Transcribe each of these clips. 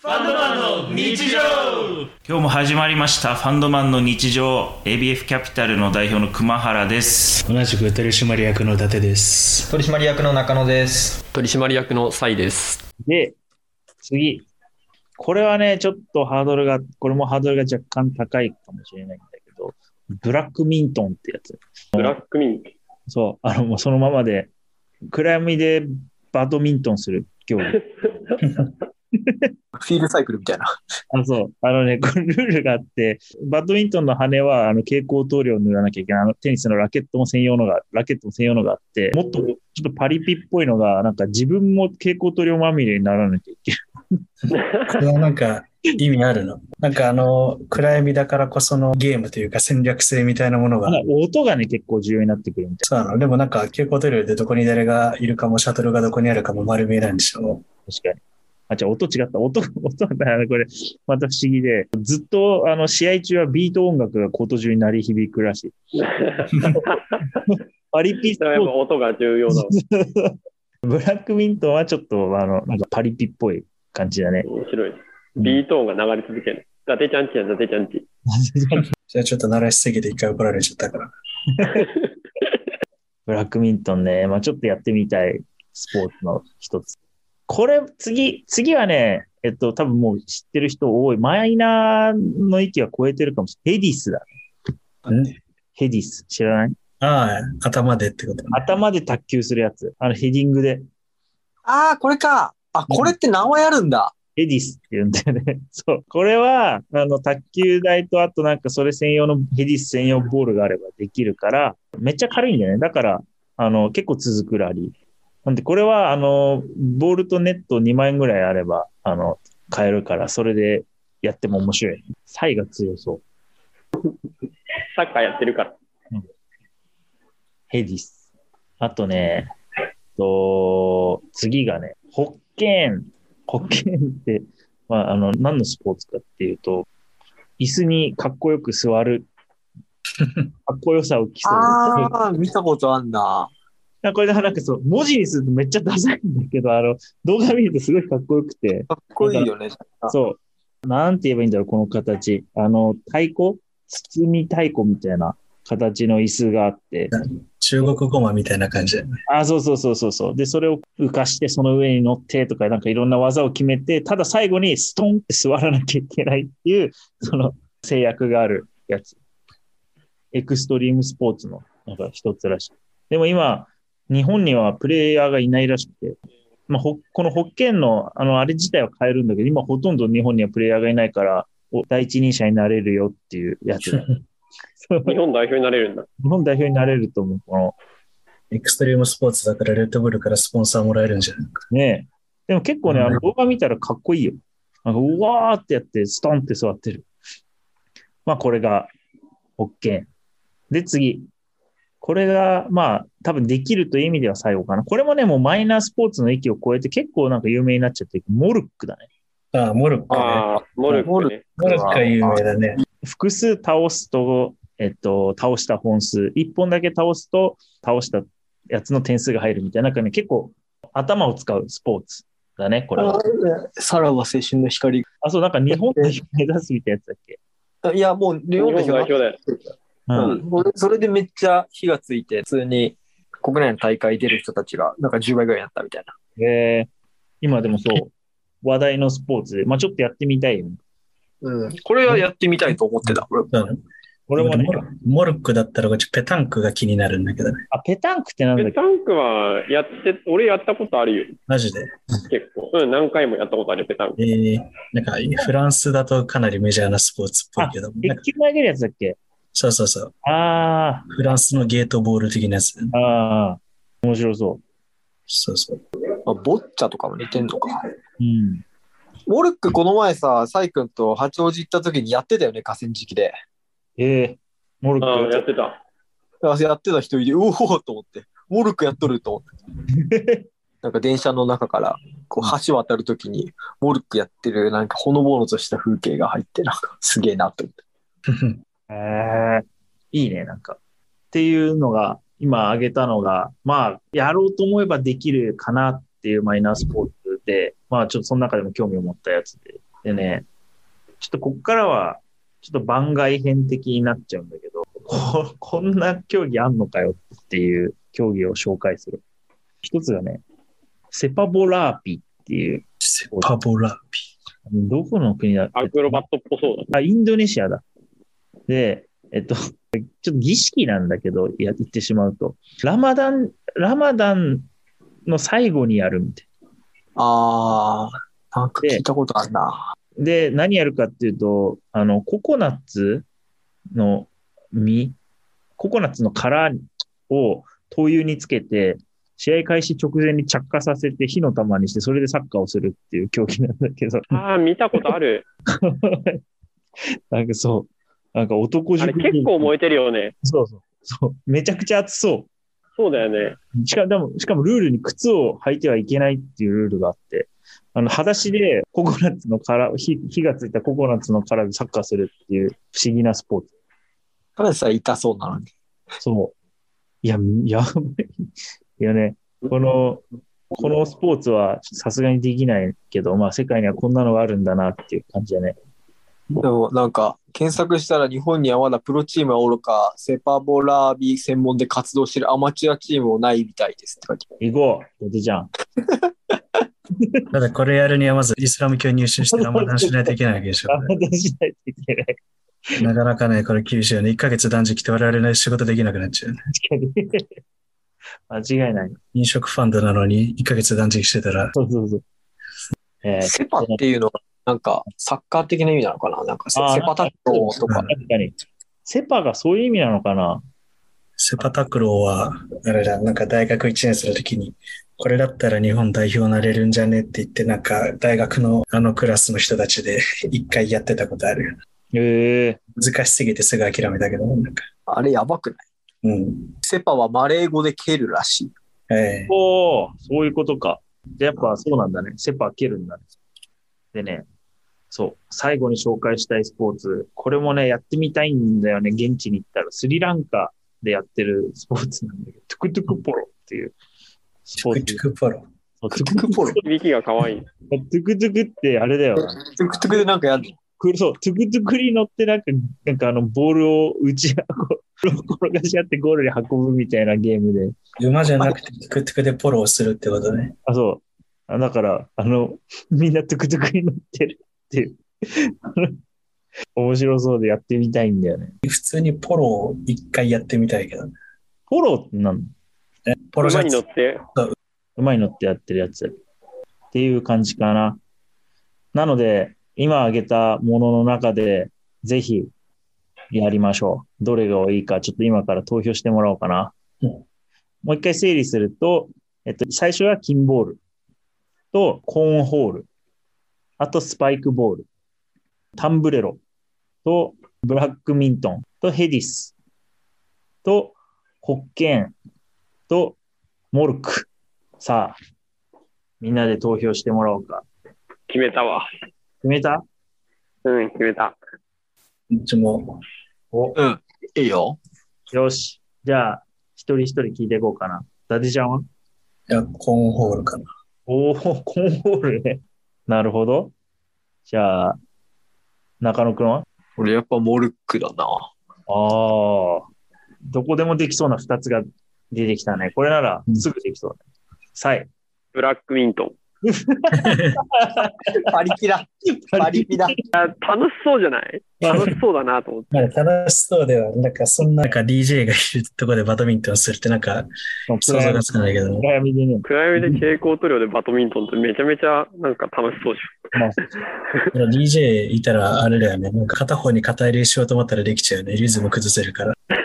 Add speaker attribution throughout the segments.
Speaker 1: ファンドマンの日常
Speaker 2: 今日も始まりましたファンドマンの日常 ABF キャピタルの代表の熊原です
Speaker 3: 同じく取締役の伊達です
Speaker 4: 取締役の中野です。
Speaker 5: 取締役のサイです。
Speaker 1: で、次。これはね、ちょっとハードルが、これもハードルが若干高いかもしれないんだけど、ブラックミントンってやつ。
Speaker 5: ブラックミント。
Speaker 1: そう、あの、もうそのままで、暗闇でバドミントンする競技。
Speaker 4: フィールサイクルみたいな。
Speaker 1: あ、そう。あのね、これルールがあって、バドミントンの羽は、あの、蛍光塗料を塗らなきゃいけない。あの、テニスのラケットも専用のが、ラケットも専用のがあって、もっと、ちょっとパリピっぽいのが、なんか自分も蛍光塗料まみれにならなきゃいけない。
Speaker 3: これはなんか意味あるのなんかあの暗闇だからこそのゲームというか戦略性みたいなものが
Speaker 1: ただ音がね、結構重要になってくるみたい
Speaker 3: そうなのでもなんか蛍光塗料でどこに誰がいるかもシャトルがどこにあるかも丸見えなんでしょ
Speaker 1: な。確かに。あ、じゃ音違った。音、 音が、あのこれ、また不思議で、ずっと、あの、試合中はビート音楽がコート中に鳴り響くらしい。パリピスポーツ
Speaker 5: 音が重要なの。
Speaker 1: ブラックミントンはちょっと、あの、なんかパリピっぽい感じだね。
Speaker 5: 面白い。ビート音が流れ続ける。伊達ちゃんちやん、伊達ちゃんち。
Speaker 3: じゃあちょっと鳴らしすぎて一回怒られちゃったから
Speaker 1: ブラックミントンね、まあちょっとやってみたいスポーツの一つ。これ、次、次はね、えっと、多分もう知ってる人多い。マイナーの域は超えてるかもしれない。ヘディスだ。ヘディス。知らない
Speaker 3: ああ頭でってことね
Speaker 1: 頭で卓球するやつ。あの、ヘディングで。
Speaker 4: ああ、これか。あ、これって名前あるんだ。
Speaker 1: ヘディスって言うんだよね。 そう。これは、あの、卓球台と、あとなんかそれ専用のヘディス専用ボールがあればできるから、めっちゃ軽いんだよね。だから、あの、結構続くラリー。なんで、これは、あの、ボールとネット2万円ぐらいあれば、あの、買えるから、それでやっても面白い。サイが強そう。
Speaker 5: サッカーやってるから。
Speaker 1: ヘディス。あとね、と、次がね、ホッケーン。ホッケーンって、まあ、あの、何のスポーツかっていうと、椅子にかっこよく座る。かっこよさを競う。
Speaker 4: ああ、見たことあんな。
Speaker 1: なんかこれだからなんかそう、文字にするとめっちゃダサいんだけど、あの、動画見るとすごいかっこよくて、
Speaker 4: かっこいいよね。あ
Speaker 1: そう。なんて言えばいいんだろう、この形。あの、太鼓包み太鼓みたいな形の椅子があって、
Speaker 3: 中国ゴマみたいな感じだよね
Speaker 1: あ、そうそうそうそうそう。で、それを浮かして、その上に乗ってとか、なんかいろんな技を決めて、ただ最後にストンって座らなきゃいけないっていう、 その制約があるやつ。エクストリームスポーツの、なんか一つらしい。でも今、日本にはプレイヤーがいないらしくて、まあ、ほこの保険の、あの、あれ自体は変えるんだけど、今ほとんど日本にはプレイヤーがいないから、お第一人者になれるよっていうやつだ。そう
Speaker 5: 日本代表になれるんだ。
Speaker 1: 日本代表になれると思う、この
Speaker 3: エクストリームスポーツだからレッドブルからスポンサーもらえるんじゃない
Speaker 1: ねえ。でも結構ね、
Speaker 3: うん
Speaker 1: あの動画見たらかっこいいよ。なんかうわーってやって、ストンって座ってる。まあ、これが、ホッケー。で、次。これが、まあ、多分できるという意味では最後かな。これもね、もうマイナースポーツの域を超えて結構なんか有名になっちゃってる、モルックだね。
Speaker 3: ああモルックね
Speaker 5: ああ、モルックね。
Speaker 3: モルックが有名だね
Speaker 1: 複数倒すと、えっと、倒した本数、1本だけ倒すと、倒したやつの点数が入るみたいな、なんかね、結構頭を使うスポーツだね、これは。
Speaker 4: さらば青春の光。
Speaker 1: あ、そう、なんか日本代表目指すみたいなやつだっけ
Speaker 4: いや、もう、
Speaker 5: 日
Speaker 4: 日
Speaker 5: 本
Speaker 4: 本
Speaker 5: 代
Speaker 4: 代
Speaker 5: 表
Speaker 4: 表
Speaker 5: だよ。
Speaker 1: う
Speaker 4: うんんそれそれでめっちゃ火がついて、普通に国内の大会出る人たちが、なんか10倍ぐらいになったみたいな。
Speaker 1: えー今でもそう、話題のスポーツで、まあちょっとやってみたいよね。
Speaker 4: うん。これはやってみたいと思ってた。俺
Speaker 3: そうなの
Speaker 1: 俺もね
Speaker 3: モ、ルモルックだったらこっちペタンクが気になるんだけどね
Speaker 1: あ、ペタンクってなんだっ
Speaker 5: ペ
Speaker 1: け
Speaker 5: タンクはやって、俺やったことあるよ。
Speaker 3: マジで
Speaker 5: 結構。うん、何回もやったことあるよ、ペタンク。
Speaker 3: えー、なんかフランスだとかなりメジャーなスポーツっぽいけど、なんか
Speaker 1: 鉄球投げるやつだっけ
Speaker 3: そうそうそう、
Speaker 1: あ
Speaker 3: フランスのゲートボール的なやつ。
Speaker 1: ー、あー、面白そ
Speaker 3: そうそう。
Speaker 4: あボッチャとかも似てんのか。
Speaker 1: う。うん。
Speaker 4: モルックこの前さ、サイ君と八王子行った時にやってたよね、河川敷で。
Speaker 1: えー、モル
Speaker 5: ああ、や
Speaker 1: ッ
Speaker 5: ってた。
Speaker 4: あやってた人いる、うおーと思って、モルックやっとると思って。
Speaker 1: ク。
Speaker 4: なんか電車の中から、こう橋渡るときに、モルックやってる、なんかほのぼのとした風景が入って、なんかすげえなと思って。
Speaker 1: えー、いいね、なんか。っていうのが、今挙げたのが、まあ、やろうと思えばできるかなっていうマイナースポーツで、まあ、ちょっとその中でも興味を持ったやつで、でね、ちょっとこっからは、ちょっと番外編的になっちゃうんだけど、ここんな競技あんのかよっていう競技を紹介する。一つがね、セパボラーピっていう、
Speaker 3: セパボラピ。
Speaker 1: どこの国だ
Speaker 5: アクロバットっぽそうだ。
Speaker 1: あ、インドネシアだ。で、えっと、ちょっと儀式なんだけど、やってしまうと。ラマダン、ラマダンの最後にやるみたい
Speaker 4: あー、なんか聞いたことあるな。
Speaker 1: な。で、何やるかっていうと、あの、ココナッツの実、ココナッツの殻を灯油につけて、試合開始直前に着火させて火の玉にして、それでサッカーをするっていう競技なんだけど、
Speaker 5: ああ、見たことある。
Speaker 1: なんかそう、なんか男
Speaker 5: あれ
Speaker 1: 塾に
Speaker 5: 結構燃えてるよね。
Speaker 1: そうそう、そう、めちゃくちゃ熱そう。
Speaker 5: そうだよね。
Speaker 1: しかでも、しかもルールに靴を履いてはいけないっていうルールがあって、あの、裸足でココナッツの殻、火火がついたココナッツの殻でサッカーするっていう不思議なスポーツ。
Speaker 4: たださえ痛そうなのに。
Speaker 1: そう。い や、やばいよね。この、このスポーツはさすがにできないけど、まあ世界にはこんなのがあるんだなっていう感じだね。
Speaker 4: でもなんか、検索したら日本にはまだプロチームはおろか、セパボラービ専門で活動してるアマチュアチームもないみたいですって書いてある
Speaker 1: 行こう、ドテちゃん。
Speaker 3: ただこれやるにはまずイスラム教入信してラマダンしないといけないわけでしょ
Speaker 1: あ、。しないといけな
Speaker 3: な
Speaker 1: い。
Speaker 3: かなかね、これ厳しいよね。1ヶ月断食って我々ね、仕事できなくなっちゃうよね。
Speaker 1: 確かに。 間違いない。
Speaker 3: 飲食ファンドなのに1ヶ月断食してたら、
Speaker 1: そうそうそう。えー
Speaker 4: セパっていうのは、なんか、サッカー的な意味なのかななんかセ、
Speaker 1: あー
Speaker 4: セパタッローとか。
Speaker 1: 確かに。セパがそういう意味なのかな
Speaker 3: セパタクローは、あれだ、なんか大学1年生の時に、これだったら日本代表なれるんじゃねって言って、なんか大学のあのクラスの人たちで一回やってたことあるよ。
Speaker 1: へえ
Speaker 3: 難しすぎてすぐ諦めたけど、なんか。
Speaker 4: あれやばくない
Speaker 3: うん。
Speaker 4: セパはマレー語で蹴るらしい。
Speaker 3: ええ
Speaker 1: おーそういうことか。じゃあやっぱそうなんだね。セパ蹴るんだね。でね、そう。最後に紹介したいスポーツ。これもね、やってみたいんだよね。現地に行ったら。スリランカでやってるスポーツなんだけど、トゥクトゥクポロっていうス
Speaker 3: ト
Speaker 1: ポ
Speaker 3: ゥ
Speaker 1: ー
Speaker 3: ク
Speaker 1: ツ
Speaker 3: トゥ。クポロ。
Speaker 1: そうト
Speaker 4: ク
Speaker 1: ゥ
Speaker 4: ト
Speaker 1: ク
Speaker 4: ゥクポロ。
Speaker 5: 響きが可愛い。
Speaker 1: トゥクトゥクってあれだよ。
Speaker 4: トゥクトゥクでなんかやる
Speaker 1: くそう、トゥクトゥクに乗ってなんか、なんかあの、ボールを打ち、 こう転がし合ってゴールに運ぶみたいなゲームで。
Speaker 3: 馬じゃなくて、トゥクトゥクでポロをするってことね。
Speaker 1: あ、そう。あだから、あの、 みんなトゥクトゥクに乗ってるっていう。 面白そうでやってみたいんだよね。
Speaker 3: 普通にポロを一回やってみたいけどね。
Speaker 1: フォローってなんの
Speaker 3: えポロシ
Speaker 5: 馬
Speaker 3: ャ
Speaker 5: に乗
Speaker 3: ツ
Speaker 5: っ。て、
Speaker 1: 馬に乗ってやってるやつ。っていう感じかな。なので、今挙げたものの中で、ぜひ、やりましょう。どれがいいか、ちょっと今から投票してもらおうかな。
Speaker 3: うん
Speaker 1: もう一回整理すると、えっと、最初は金ボールとコーンホール、あとスパイクボール、タンブレロとブラックミントンとヘディスとホッケーンとモルク。さあ、みんなで投票してもらおうか。
Speaker 5: 決めたわ。
Speaker 1: 決めた
Speaker 5: うん、決めた。
Speaker 3: うちも、
Speaker 4: いいよ。
Speaker 1: よし。じゃあ、一人一人聞いていこうかな。伊達ちゃんはい
Speaker 3: や、コーンホールかな。
Speaker 1: おお、コンボールね。なるほど。じゃあ、中野くんは
Speaker 4: 俺やっぱモルックだな。
Speaker 1: ああ。どこでもできそうな二つが出てきたね。これならすぐできそうだね。さえ。
Speaker 5: ブラックミントン。
Speaker 4: パリピだ。 パリピだ。
Speaker 5: あ楽しそうじゃない楽しそうだなと思って。
Speaker 3: まあ、楽しそうでは、なんかそんな、なんか DJ がいるとこでバドミントンするってなんか想像がつかないけどね。
Speaker 1: 暗闇でね。
Speaker 5: 暗闇で蛍光塗料でバドミントンってめちゃめちゃなんか楽しそうじ
Speaker 1: まあ、
Speaker 3: でも DJ いたらあれだよね。なんか片方に肩入れしようと思ったらできちゃうよね。リズム崩せるから。
Speaker 5: ゃん。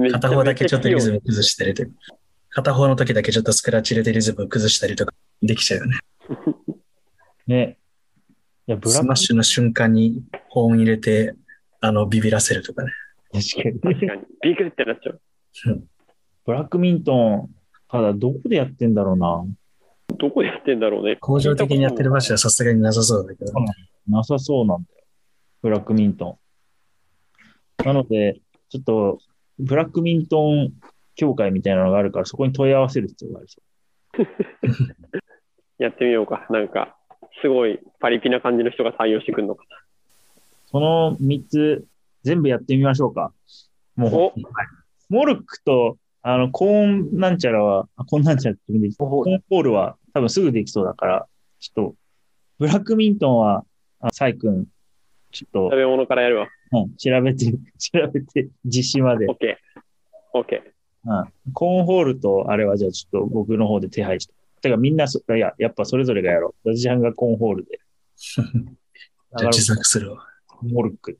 Speaker 5: めちゃめちゃ
Speaker 3: 片方だけちょっとリズ
Speaker 5: 器
Speaker 3: ム崩したりとか。片方の時だけちょっとスクラッチ入れてリズム崩したりとかできちゃうよね。
Speaker 1: ね。いや、ブラ
Speaker 3: ス
Speaker 1: ッ
Speaker 3: マッシュの瞬間に保温入れて、あの、ビビらせるとかね。
Speaker 1: ク、確か
Speaker 5: 用
Speaker 1: に。
Speaker 5: 確かに。ビクってなっちゃう。
Speaker 1: ブラックミントン、ただどこでやってんだろうな。
Speaker 5: どこでやってんだろうね。
Speaker 3: 工場的にやってる場所はさすがになさそうだけど。
Speaker 1: なさそうなんだよ。ブラックミントン。なので、ちょっと、ブラックミントン協会みたいなのがあるから、そこに問い合わせる必要がありそ
Speaker 5: やってみようか。なんか、すごいパリピな感じの人が採用してくるのか。
Speaker 1: この3つ、全部やってみましょうか。も
Speaker 5: お
Speaker 1: う、モルックと、あの、コーンなんちゃらは、あコーンなんちゃらって自分で言ってコーンポールは多分すぐできそうだから、ちょっと、ブラックミントンは、あサイ君、ちょ
Speaker 5: 食
Speaker 1: っ
Speaker 5: べ物からやるわ。
Speaker 1: と、うん、調べて、調べて、実施まで。
Speaker 5: オッケー。オッケー。
Speaker 1: コーンホールとあれはじゃあちょっと僕の方で手配して。てかみんなそ、いや、やっぱそれぞれがやろう。私ちゃんがコーンホー ルで。だ
Speaker 3: じゃあ
Speaker 1: から
Speaker 3: 自作するわ。
Speaker 1: モルック。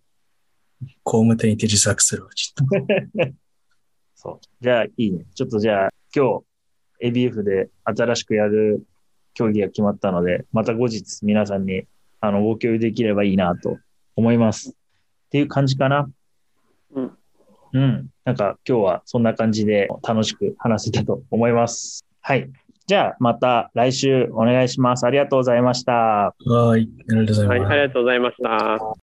Speaker 3: 工務店行って自作するわ。ちょっと。
Speaker 1: そう。じゃあいいね。ちょっとじゃあ今日 ABF で新しくやる競技が決まったので、また後日皆さんにあのご共有できればいいなと思います。っていう感じかな。
Speaker 5: うん。
Speaker 1: うん。なんか今日はそんな感じで楽しく話せたと思います。はい。じゃあまた来週お願いします。ありがとうございました。
Speaker 3: はい。ありがとうございます。
Speaker 5: はい、ありがとうございました。